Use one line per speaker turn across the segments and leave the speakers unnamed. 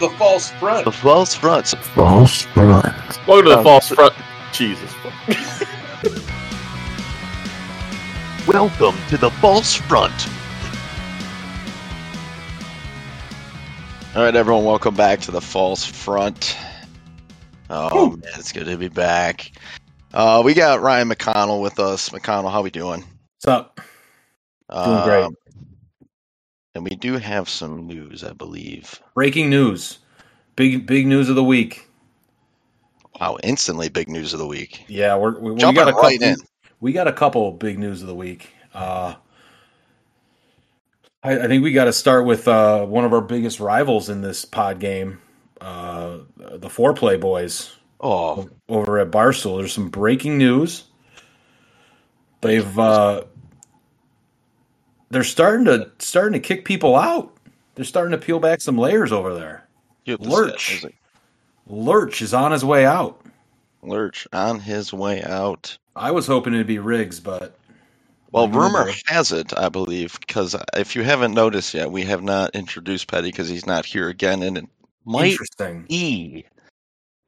The false front.
The false fronts.
False front.
Welcome to the
Um,
false
so-
front. Jesus. fuck.
Welcome to the false front. All right, everyone, welcome back to the false front. Oh man, it's good to be back. Uh, we got Ryan McConnell with us. McConnell, how we doing?
What's up? Doing great.
Um, and we do have some news, I believe.
Breaking news. Big big news of the week.
Wow, instantly big news of the week.
Yeah, we're we, we got
Jumping
a couple,
right in.
We got a couple big news of the week. Uh I, I think we got to start with uh, one of our biggest rivals in this pod game, uh, the Foreplay Boys
Oh,
over at Barstool. There's some breaking news. They've uh, they're starting to starting to kick people out. They're starting to peel back some layers over there.
you have to
Lurch.
say it.
Lurch is on his way out.
Lurch on his way out.
I was hoping it'd be Riggs, but
Well,
Like, remember-
rumor has it, I believe, because if you haven't noticed yet, we have not introduced Petty because he's not here again, and it might
interesting.
be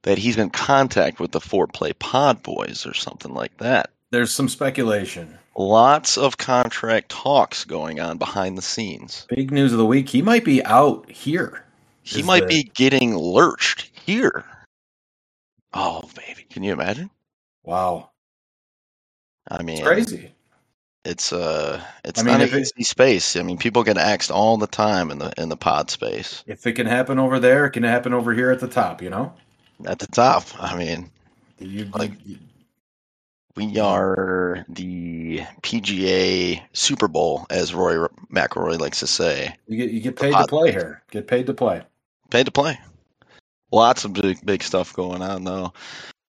that he's in contact with the Foreplay Pod Boys or something like that.
There's some speculation.
Lots of contract talks going on behind the scenes.
Big news of the week. He might be out here.
He
Is
might
the-
be getting lurched here. Oh, baby, can you imagine?
Wow,
I mean,
it's crazy.
it's uh, it's
I mean,
not
if
an
it-
easy space. I mean, people get axed all the time in the in the pod space.
If it can happen over there, it can happen over here at the top. You know,
at the top. I mean,
you,
Like- we are the PGA Super Bowl, as Roy McElroy likes to say.
you get you get paid to
pod-
play here. Get paid to play.
Paid to play. Lots of big, big stuff going on though.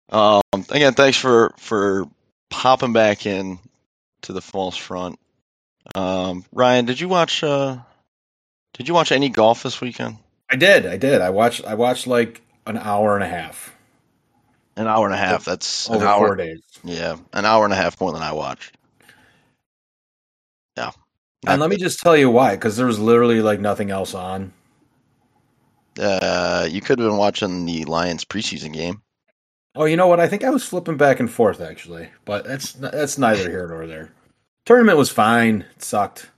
Um, again, thanks for for popping back in to the false front. Um, Ryan, did you watch? Uh, did you watch any golf this weekend?
I did. I did. I watched. I watched like an hour and a half
An hour and a half. That's an
over
hour.
four days.
Yeah, an hour and a half more than I watched. Yeah.
And let me just tell you why, because there was literally like nothing else on.
Uh, you could have been watching the Lions preseason game.
Oh, you know what? I think I was flipping back and forth actually, but that's that's neither here nor there. Tournament was fine. It sucked.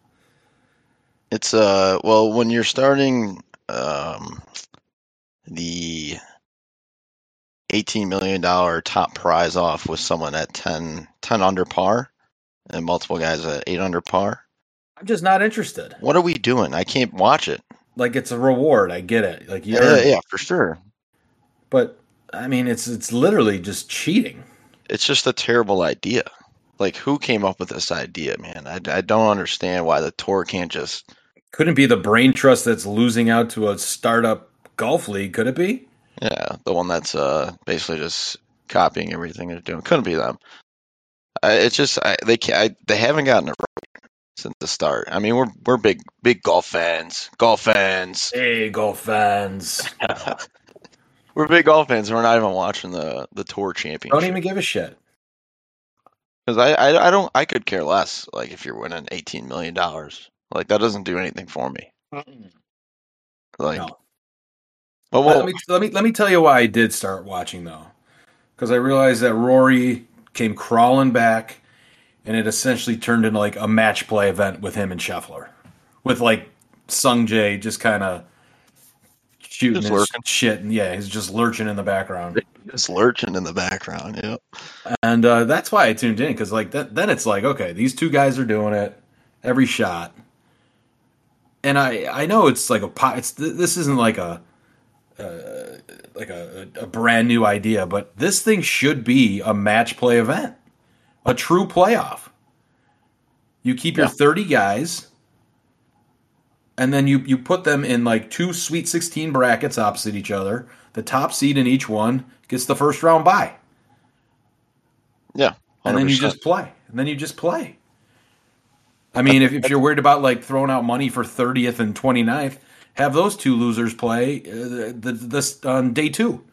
It's uh, well, when you're starting um, the eighteen million dollar top prize off with someone at 10, 10 under par, and multiple guys at eight under par,
I'm just not interested.
what are we doing? I can't watch it.
Like it's a reward. I get it. Like you
Yeah,
earned
yeah,
it.
yeah, for sure.
But I mean, it's it's literally just cheating.
It's just a terrible idea. Like, who came up with this idea, man? I, I don't understand why the tour can't just.
Couldn't be the brain trust that's losing out to a startup golf league. Could it be?
Yeah, the one that's uh basically just copying everything they're doing. Couldn't be them. I, it's just I, they can I, they haven't gotten it right since the start. I mean, we're we're big big golf fans, golf fans.
Hey, golf fans!
we're big golf fans. and We're not even watching the the tour
Don't
championship
even give a shit.
because I, I I don't I could care less. Like if you're winning eighteen million dollars, like that doesn't do anything for me. Like,
No.
but
Well,
what,
let me let me let me tell you why I did start watching though, because I realized that Rory came crawling back, and it essentially turned into like a match play event with him and Scheffler, with like Sung Jae just kind of shooting
Just
his
lurking.
shit, and yeah, he's just lurching in the background,
just lurching in the background. Yeah.
and uh, that's why I tuned in because like that, then it's like okay, these two guys are doing it every shot, and I I know it's like a po- it's th- this isn't like a uh, like a, a brand new idea, but this thing should be a match play event, a true playoff. You keep your 30 guys and then you, you put them in like two Sweet 16 brackets opposite each other. The top seed in each one gets the first round bye.
Yeah.
And then you
100%.
just play. And then you just play. I mean, if, if you're worried about like throwing out money for 30th and 29th, have those two losers play uh, the, this on day two.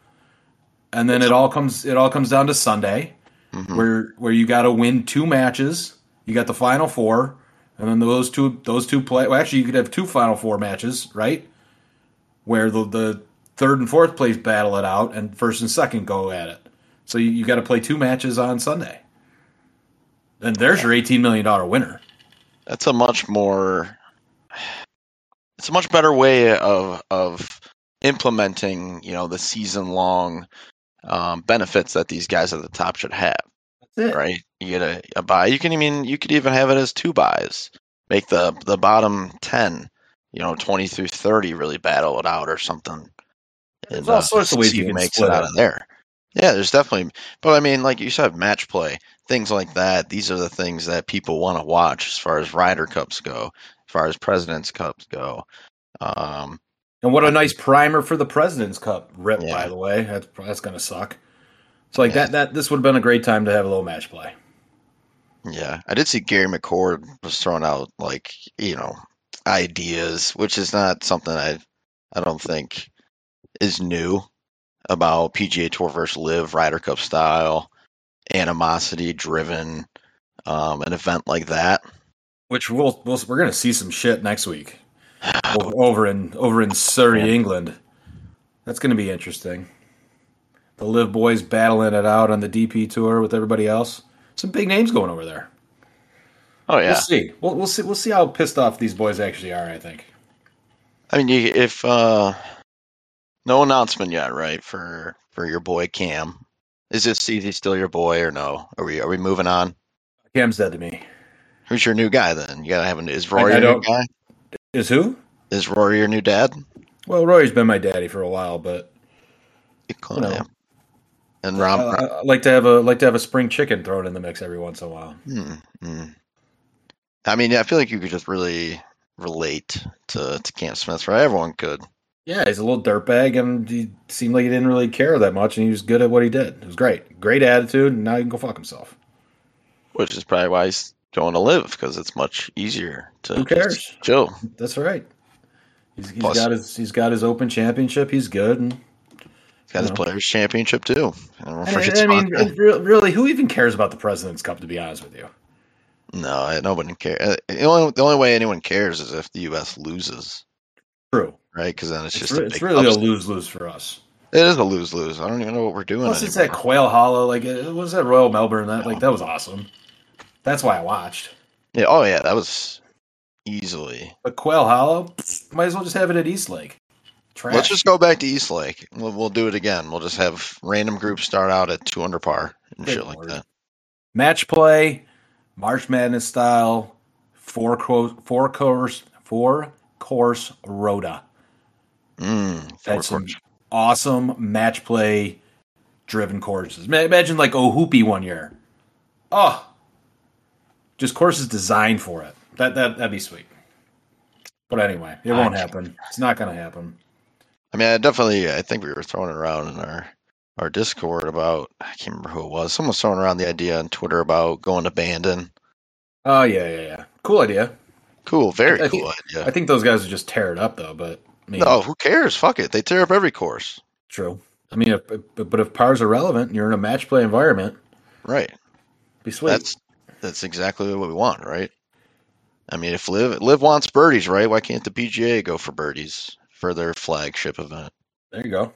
And then it all comes it all comes down to Sunday where where you got to win two matches. You got the final four and then those two those two play well actually you could have two final four matches, right? Where the the third and fourth place battle it out, and first and second go at it. So you, you got to play two matches on Sunday. And there's your eighteen million dollar winner.
That's a much more. It's a much better way of of implementing, you know, the season long um, benefits that these guys at the top should have.
That's it.
Right? You get a, a buy. You can even you could even have it as two buys. Make the the bottom ten, you know, twenty through thirty, really battle it out or something.
There's
and,
all
uh,
sorts of ways
see
you
who
can
makes
split
it out
it.
of there. Yeah, there's definitely, but I mean, like you said, match play, things like that. These are the things that people want to watch as far as Ryder Cups go, as far as Presidents Cups go. Um,
And what a nice primer for the President's Cup rip,
Yeah.
by the way. That's that's gonna suck. So like
Yeah.
that that this would have been a great time to have a little match play.
Yeah, I did see Gary McCord was throwing out like, you know, ideas, which is not something I I don't think is new about PGA Tour versus Live Ryder Cup style, animosity driven, um, an event like that.
Which we'll, we'll we're gonna see some shit next week over, over in over in Surrey,
Yeah.
England. That's gonna be interesting. The Live Boys battling it out on the DP tour with everybody else. Some big names going over there.
Oh
We'll
yeah.
see. We'll, we'll see. We'll see how pissed off these boys actually are. I think.
I mean, you, if uh no announcement yet, right, for for your boy Cam. Is this CZ still your boy or no? Are we are we moving on?
Cam's dead to me.
Who's your new guy then? You gotta have an is Rory
I
your new
don't-
guy?
Is who?
Is Rory your new dad?
Well, Rory's been my daddy for a while, but
Cool,
You know. Uh,
yeah. And Rom,
I, I- I like to have a like to have a spring chicken thrown in the mix every once in a while.
hmm, hmm. I mean, yeah, I feel like you could just really relate to to Camp Smith, right? Everyone could.
Yeah, he's a little dirtbag, and he seemed like he didn't really care that much, and he was good at what he did. It was great, great attitude. And now he can go fuck himself.
Which is probably why he's going to live because it's much easier to.
Who
just
cares?
chill.
That's right. He's, he's
Plus-
got his he's got his Open Championship. He's good. And,
He's got his
No.
players' championship too. And everyone
and,
forgets
I mean,
about that.
it- re- really, who even cares about the President's Cup? To be honest with you,
no, I- nobody cares. The only the only way anyone cares is if the U.S. loses,
true.
right? Because then it's
It's,
just
re-
a
it's
big
really
upset.
a lose lose for us.
It is a lose lose. I don't even know what we're doing.
Plus, it's that
anymore.
Quail Hollow. Like, it was that Royal Melbourne. That like that was awesome. That's why I watched.
Yeah. Oh yeah, that was easily
But Quail Hollow, might as well just have it at East Lake. Trash.
Let's just go back to East Lake. We'll, we'll do it again. We'll just have random groups start out at two under par and
Good
shit like
lord.
that.
match play, March Madness style, four course, four course, four course Rhoda.
Mm, four
That's some
courts.
awesome match play driven courses. Ma- Imagine like Ohoopy one year. Oh, just courses designed for it. That that that'd be sweet. But anyway, it won't
I-
happen. It's not gonna happen.
I mean, I definitely, I think we were throwing it around in our our Discord about I can't remember who it was. Someone was throwing around the idea on Twitter about going to Bandon.
Oh yeah, yeah, yeah. Cool idea.
Cool, very
I think-
cool
I
idea.
think those guys would just tear it up though. But I mean,
No, who cares? Fuck it. They tear up every course,
true. I mean, if, but but if powers are relevant, and you're in a match play environment.
right?
Be sweet.
That's that's exactly what we want, right? I mean, if Liv Liv wants birdies, right? Why can't the PGA go for birdies for their flagship event?
There you go.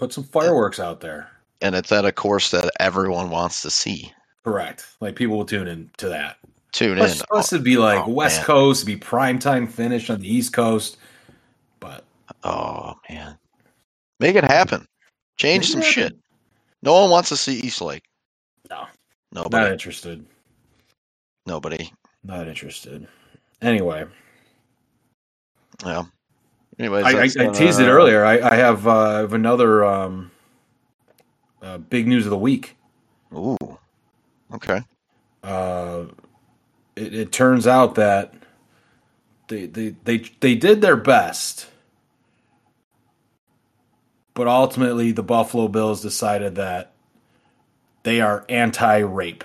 Put some fireworks out there.
and it's at a course that everyone wants to see.
Correct. Like people will tune in to that.
Tune
Plus,
in.
plus it'd be like
oh,
West
man.
Coast, it'd be primetime finish on the East Coast. But
Oh man, make it happen.
Make
Change
it
some
happen.
shit. No one wants to see East Lake.
No.
nobody.
not interested.
Nobody.
Not interested. Anyway,
Yeah. Anyways,
I, I, I
that's,
teased it
uh,
earlier. I, I have uh, I have another um, uh, big news of the week.
Ooh. Okay.
Uh, it, it turns out that they, they they they did their best, but ultimately the Buffalo Bills decided that they are anti-rape.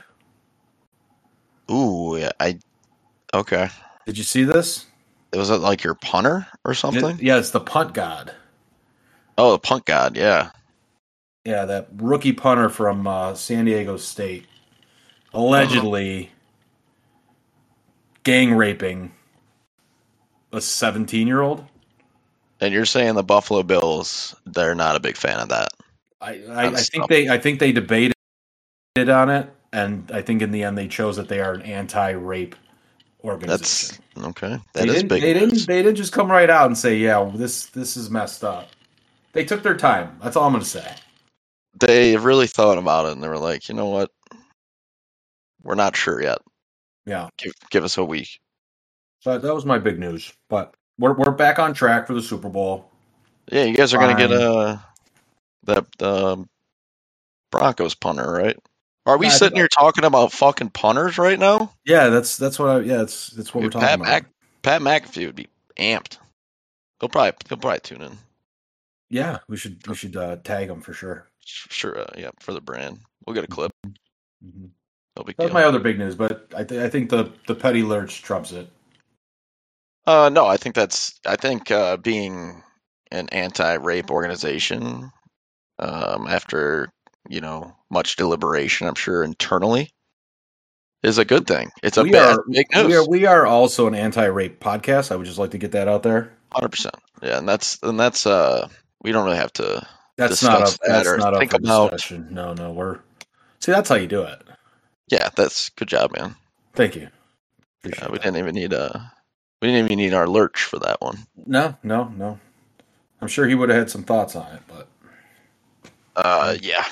Ooh. Yeah, I. Okay.
Did you see this?
Was it like your punter or something?
Yeah, it's the punt god.
oh, the punt god. Yeah.
Yeah, that rookie punter from uh, San Diego State allegedly gang raping a 17-year-old.
And you're saying the Buffalo Bills, they're not a big fan of that.
I, I, I think they I think they debated on it, and I think in the end they chose that they are an anti-rape organization.
That's okay.
they
That is
didn't,
big.
They
news.
didn't. They didn't just come right out and say, "Yeah, well, this this is messed up." They took their time. That's all I'm going to say.
They really thought about it and they were like, you know what? We're not sure yet.
Yeah.
Give, give us a week.
But that was my big news. But we're we're back on track for the Super Bowl.
Yeah, you guys are going to get
Fine.
uh that um Broncos punter, right? Are we
Yeah, I
sitting
think-
here talking about fucking punters right now?
Yeah, that's that's what I yeah, that's that's what
Dude,
we're talking
Pat,
about.
Mc, Pat McAfee would be amped. He'll probably he'll probably tune in.
Yeah, we should we should uh, tag him for sure.
Sure, uh, yeah, for the brand. We'll get a clip. No big
Mm-hmm. That was
deal.
my other big news, but I, th- I think the the petty lurch trumps it.
Uh, no, I think that's. I think uh, being an anti-rape organization, um, after you know much deliberation, I'm sure internally, is a good thing. It's a
We
bad
are-
big
We are
news,
we are also an anti-rape podcast. I would just like to get that out there.
hundred percent. Yeah, and that's and that's. Uh, we don't really have to.
That's
Discuss
not up.
that
That's
or
not up
think
for
about-
discussion. No, no, we're see. That's how you do it.
Yeah, that's good job, man.
Thank you.
Yeah,
Appreciate
we
that.
didn't even need uh We didn't even need our lurch for that one.
No, no, no. I'm sure he would have had some thoughts on it, but
Uh, yeah.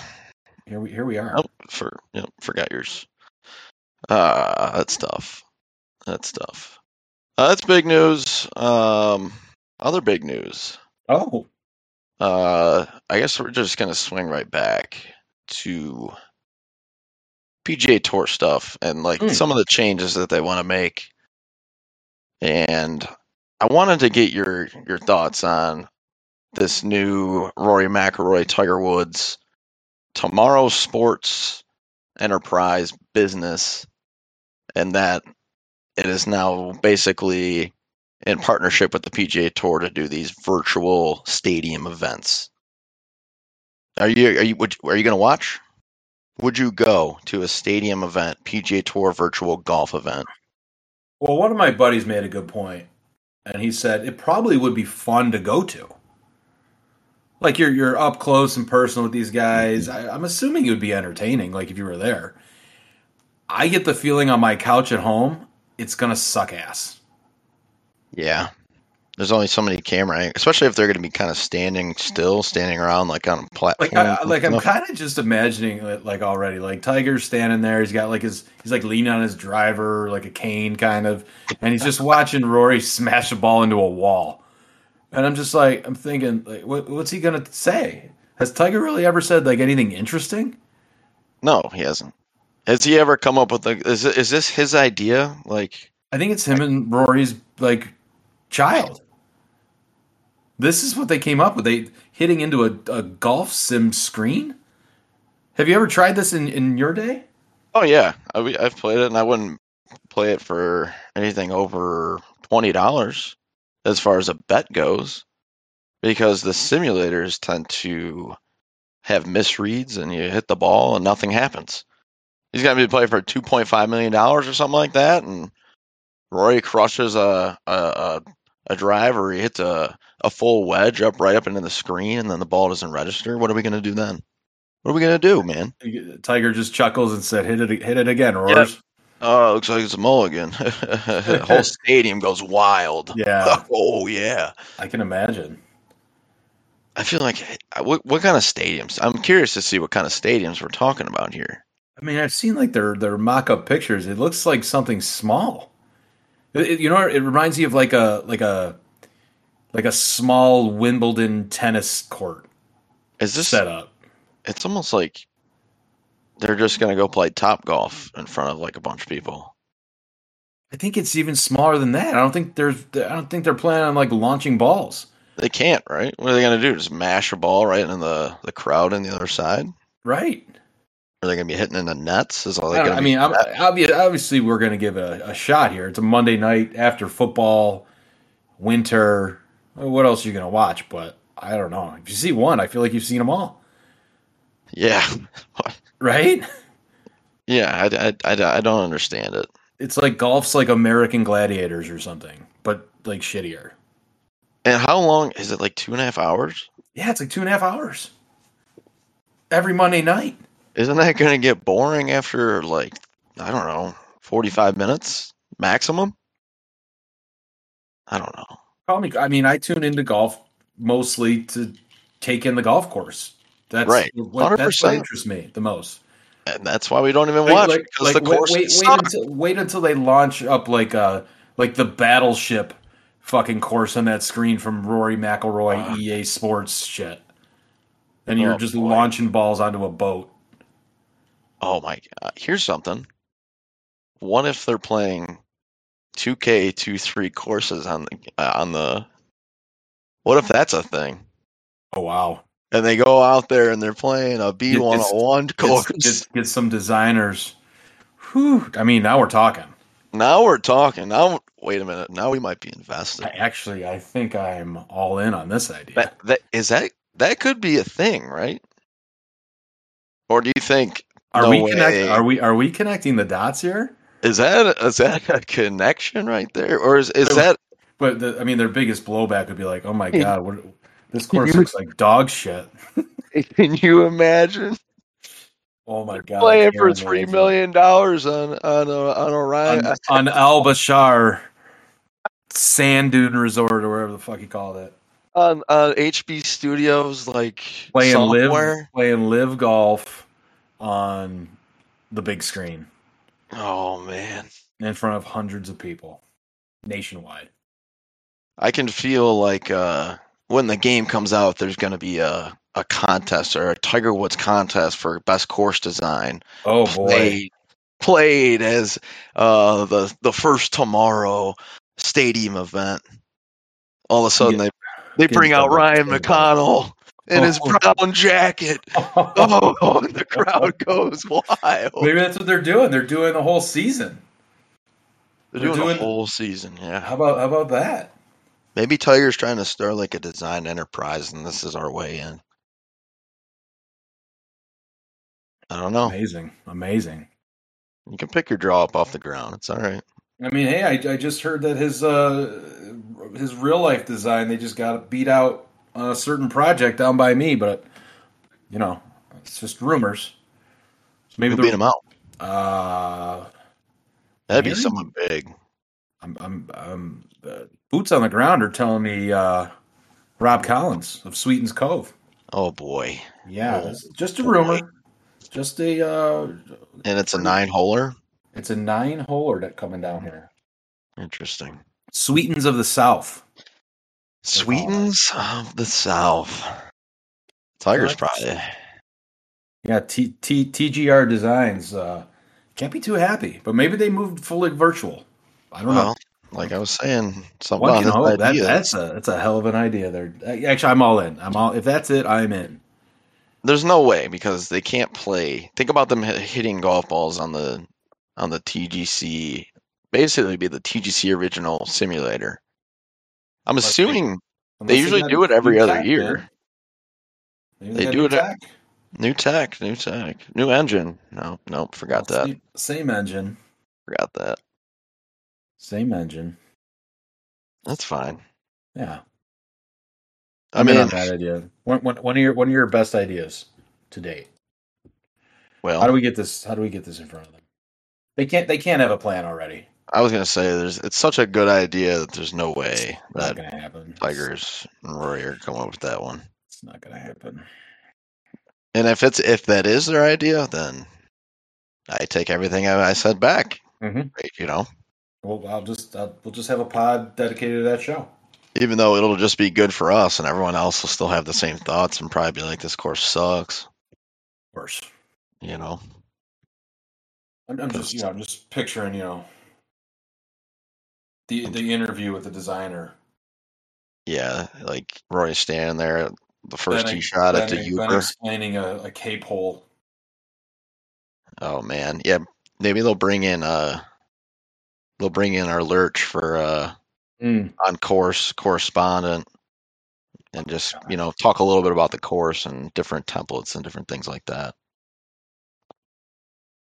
here we here we are.
Oh, for you know, forgot yours. Ah, that's tough. That's tough. Uh, that's big news. Um, other big news.
Oh,
Uh, I guess we're just gonna swing right back to PGA Tour stuff and like
Hmm.
some of the changes that they want to make. And I wanted to get your your thoughts on this new Rory McIlroy Tiger Woods Tomorrow Sports Enterprise business, and that it is now basically in partnership with the PGA Tour to do these virtual stadium events. Are you are you would, are you going to watch? Would you go to a stadium event, PGA Tour virtual golf event?
well, one of my buddies made a good point, and he said it probably would be fun to go to. Like you're you're up close and personal with these guys. I, I'm assuming it would be entertaining. Like if you were there, I get the feeling on my couch at home, it's gonna suck ass.
Yeah. There's only so many camera, ang- especially if they're going to be kind of standing still, standing around like on a platform.
Like I, like I'm
No.
kind of just imagining it like already. Like Tiger's standing there, he's got like his he's like leaning on his driver, like a cane kind of, and he's just watching Rory smash a ball into a wall. And I'm just like I'm thinking, like, what, what's he gonna say? Has Tiger really ever said like anything interesting?
No, he hasn't. Has he ever come up with like is it- is this his idea? Like
I think it's him and Rory's like child. This is what they came up with. They hitting into a, a golf sim screen. Have you ever tried this in, in your day?
oh yeah, I, we- I've played it and I wouldn't play it for anything over twenty dollars as far as a bet goes, because the simulators tend to have misreads and you hit the ball and nothing happens. He's got to be playing for two point five million dollars or something like that, and Rory crushes a a, a, a drive or he hits a, a full wedge up right up into the screen, and then the ball doesn't register. What are we gonna do then? What are we gonna do, man?
Tiger just chuckles and said, "Hit it, hit it again, roars."
Oh, it looks like it's a mulligan. the whole stadium goes wild.
Yeah,
Oh yeah.
I can imagine.
I feel like I- what what kind of stadiums? I'm curious to see what kind of stadiums we're talking about here.
I mean, I've seen like their their mock up pictures. It looks like something small. It- it- you know, it reminds you of like a like a like a small Wimbledon tennis court
Is this?
setup.
It's almost like they're just gonna go play top golf in front of like a bunch of people.
I think it's even smaller than that. I don't think there's. I don't think they're planning on like launching balls.
They can't, right? What are they gonna do? Just mash a ball right into the the crowd on the other side?
Right.
Are they gonna be hitting in the nets? Is all they
I, don't-
gonna
I
be-
mean, I'm, obvi- obviously, we're going to give it a, a shot here. It's a Monday night after football, winter. What else are you going to watch? But I don't know. If you see one, I feel like you've seen them all,
yeah,
right?
yeah. I, I, I, I don't understand it.
It's like golf's like American Gladiators or something, but like shittier.
And how long is it? Like two and a half hours?
Yeah, it's like two and a half hours every Monday night.
Isn't that going to get boring after like I don't know, forty-five minutes maximum? I don't know.
Call me. I mean, I tune into golf mostly to take in the golf course. That's
Right.
What, that's what
100%.
interests me the most.
And that's why we don't even
Like-
watch
like-
because
like,
the course
wait, wait, wait,
sucks.
until, wait until they launch up like uh like the battleship fucking course on that screen from Rory McIlroy EA Sports shit, and you're
Oh,
just
boy.
launching balls onto a boat.
Oh my god! Here's something. What if they're playing 2K 23 courses on the uh, on the? What if that's a thing?
Oh wow!
And they go out there and they're playing a B101
Get,
course.
get, get some designers. Whew. I mean, now we're talking.
now we're talking. Now, wait a minute. Now we might be invested.
I actually, I think I'm all in on this idea.
That, that is that that could be a thing, right? Or do you think
Are
No
we
way.
connect, Are we are we connecting the dots here?
is that is that a connection right there, or is is
Wait,
that
But the, I mean, their biggest blowback would be like, "Oh my
Hey.
god, what, this course
You-
looks like dog shit."
can you imagine
Oh my god, I
playing
can't
for three
imagine.
million dollars on on a, on a ride?
on, on uh Al Bashar Sand Dune Resort or wherever the fuck you call it.
on on HB Studios, like
Playing live,
somewhere.
playing live golf on the big screen
Oh man,
in front of hundreds of people nationwide.
I can feel like uh, when the game comes out, there's going to be a a contest or a Tiger Woods contest for best course design.
Oh boy.
Played played as uh, the the first tomorrow stadium event. All of a sudden, they they
Getting
bring out
double- Oh.
Ryan
double.
McConnell in his brown jacket. Oh, and the crowd goes wild.
Maybe that's what they're doing. They're doing the whole season.
They're
They're
doing,
doing-
a whole season, yeah.
How about how about that?
Maybe Tiger's trying to start like a design enterprise, and this is our way in. I don't know.
Amazing, amazing.
You can pick your draw up off the ground. It's all right.
I mean, hey, I, I just heard that his uh, his real life design they just got beat out on a certain project down by me, but you know, it's just rumors. So maybe
Who beat
the
him out?
uh,
That'd be
Really?
something big.
I'm, I'm, I'm uh, boots on the ground are telling me uh, Rob Collins of Sweeten's Cove.
Oh boy!
Yeah,
Oh,
it's just a rumor. Just a uh,
And it's a nine holer.
it's a nine holer that coming down here.
Interesting.
Sweetens of the South.
Sweetens of the South. Tiger's
like this.
probably.
Yeah, T, T, TGR Designs uh, can't be too happy, but maybe they moved fully virtual. I don't know.
Well, like I was saying, something
One
on
can
this
hope. That,
idea.
that's a that's a hell of an idea there. Actually, I'm all in. I'm all if that's it, I'm in.
There's no way because they can't play. Think about them hit- hitting golf balls on the on the TGC. Basically, be the TGC original simulator. I'm
Unless they-
assuming
Unless
usually
got
do it every
new
other
tech,
year.
man. Maybe
They
got
do
new
it-
tech.
new tech, new tech, new engine. No, nope, forgot that.
Same, same engine.
Forgot that.
Same engine.
That's fine.
Yeah.
I
I'm in
mean,
on that idea. One, one, one of your one of your best ideas to date. How do
well,
we get this? How do we get this in front of them? They can't. They can't have a plan already.
I was gonna say there's it's such a good idea that there's no way
Not
that
going to happen.
Tigers and Rory are coming up with that one.
It's not going to happen.
And if it's if that is their idea, then I take everything I, I said back.
Mhm.
Right, You know,
Well, I'll just I'll, we'll just have a pod dedicated to that show.
even though it'll just be good for us, and everyone else will still have the same thoughts and probably be like, "This course sucks."
Of course.
You know,
I'm, I'm just you know I'm just picturing you know the the interview with the designer.
yeah, like Rory standing there, at the first
Then
tee
I-
shot at the
then I- then
Uber.
explaining a, a cape hole.
Oh man, yeah. Maybe they'll bring in uh, they'll bring in our lurch for uh, on course correspondent, and just you know talk a little bit about the course and different templates and different things like that.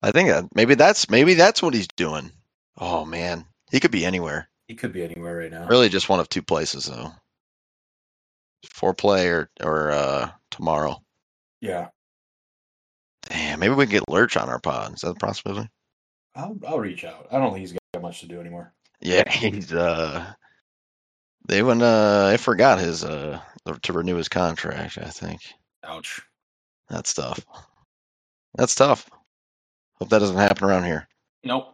I think that maybe that's maybe that's what he's doing. Oh man, he could be anywhere.
He could be anywhere right now.
Really, just one of two places though. for play or or uh, tomorrow.
Yeah,
Damn, maybe we can get Lurch on our pod. Is that a possibility?
I'll I'll reach out. I don't think he's got much to do anymore.
Yeah, he's uh, they went uh, I forgot his uh to renew his contract. I think
Ouch.
that's tough. That's tough. Hope that doesn't happen around here.
Nope.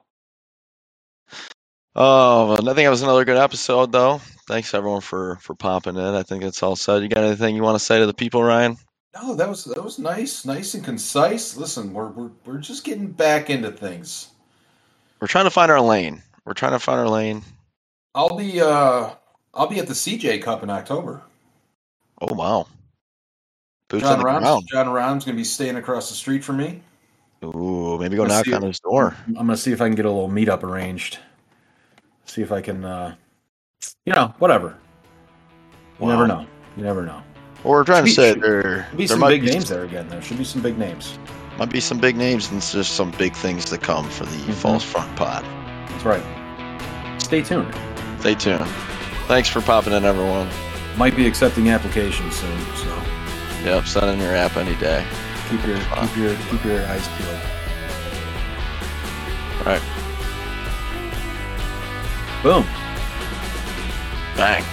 Oh, well, I think that was another good episode, though. Thanks everyone for for popping in. I think that's all said. You got anything you want to say to the people, Ryan?
No, that was that was nice, nice and concise. Listen, we're we're we're just getting back into things.
We're trying to find our lane. We're trying to find our lane.
I'll be uh I'll be at the CJ Cup in October.
Oh wow, boots
John
on the
Rahm's,
ground.
John Rahm's gonna be staying across the street from me.
Ooh, maybe go
Let's
knock
see
on
it.
his door.
I'm gonna see if I can get a little meetup arranged. See if I can uh you know, whatever. You
Wow.
never know. You never know.
Or we're trying to
Should be-
say
should-
there
Could be
there
some
might
big
be
names there again though. Should be some big names.
might be some big names and it's just some big things to come for the
Mm-hmm.
false front pod.
That's right. Stay tuned.
Stay tuned. Thanks for popping in, everyone.
Might be accepting applications soon, so
Yep, send in your app any day.
keep your keep your keep your eyes peeled.
All right,
Boom.
bang.